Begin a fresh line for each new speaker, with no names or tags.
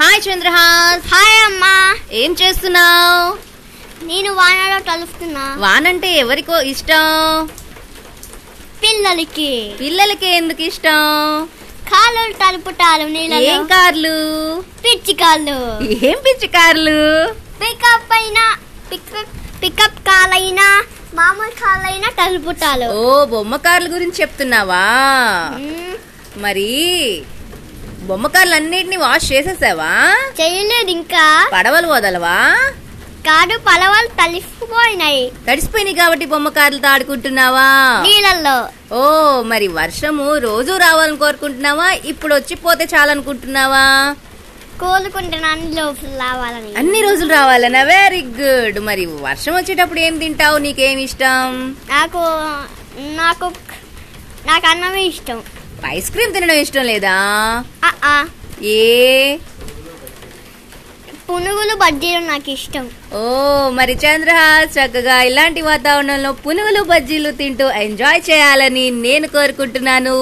Hi Chandrahas
hi అమ్మా
ఏం చేస్తున్నావు
నేను వానలో తలుస్తున్నా
వానంటే ఎవరికో ఇష్టం
పిల్లలకి
పిల్లలకి ఎందుకు ఇష్టం
కాళ్ళు తలుపుతారు నీళ్ళలో
ఏం కార్లు
పిచ్చి కాళ్ళు
ఏం పిచ్చి కార్లు
పికప్ అయినా పికప్ పికప్ కాలైనా మామూలు కాలైనా తలుపుతారు
ఓ బొమ్మ కార్ల గురించి చెప్తున్నావా
మ్మ్.
మరి బొమ్మ కార్లన్నిటిని వాష్ చేసేసావా
చేయలేదు ఇంకా
పడవలు వదలవా
కాడు పలవలు తలిసిపోయినాయి
తడిసిపోయినాయి కాబట్టి బొమ్మ కార్లతో ఆడుకుంటున్నావా
నీళ్ళల్లో
ఓ మరి వర్షము రోజు రావాలని కోరుకుంటున్నావా ఇప్పుడు వచ్చి పోతే చాలనుకుంటున్నావా
కోలుకుంటున్నా లోపల రావాలని
అన్ని రోజులు రావాలనా వెరీ గుడ్ మరి వర్షం వచ్చేటప్పుడు ఏం తింటావు నీకేం ఇష్టం
నాకు నాకు నాకు అన్నమే ఇష్టం
ఐస్ క్రీమ్ తినడం ఇష్టం లేదా
ఆ, ఆ.
ఏ
పునుగులు బజ్జీలు నాకు ఇష్టం
ఓ మరి చంద్రహాస్ చక్కగా ఇలాంటి వాతావరణంలో పునుగులు బజ్జీలు తింటూ ఎంజాయ్ చేయాలని నేను కోరుకుంటున్నాను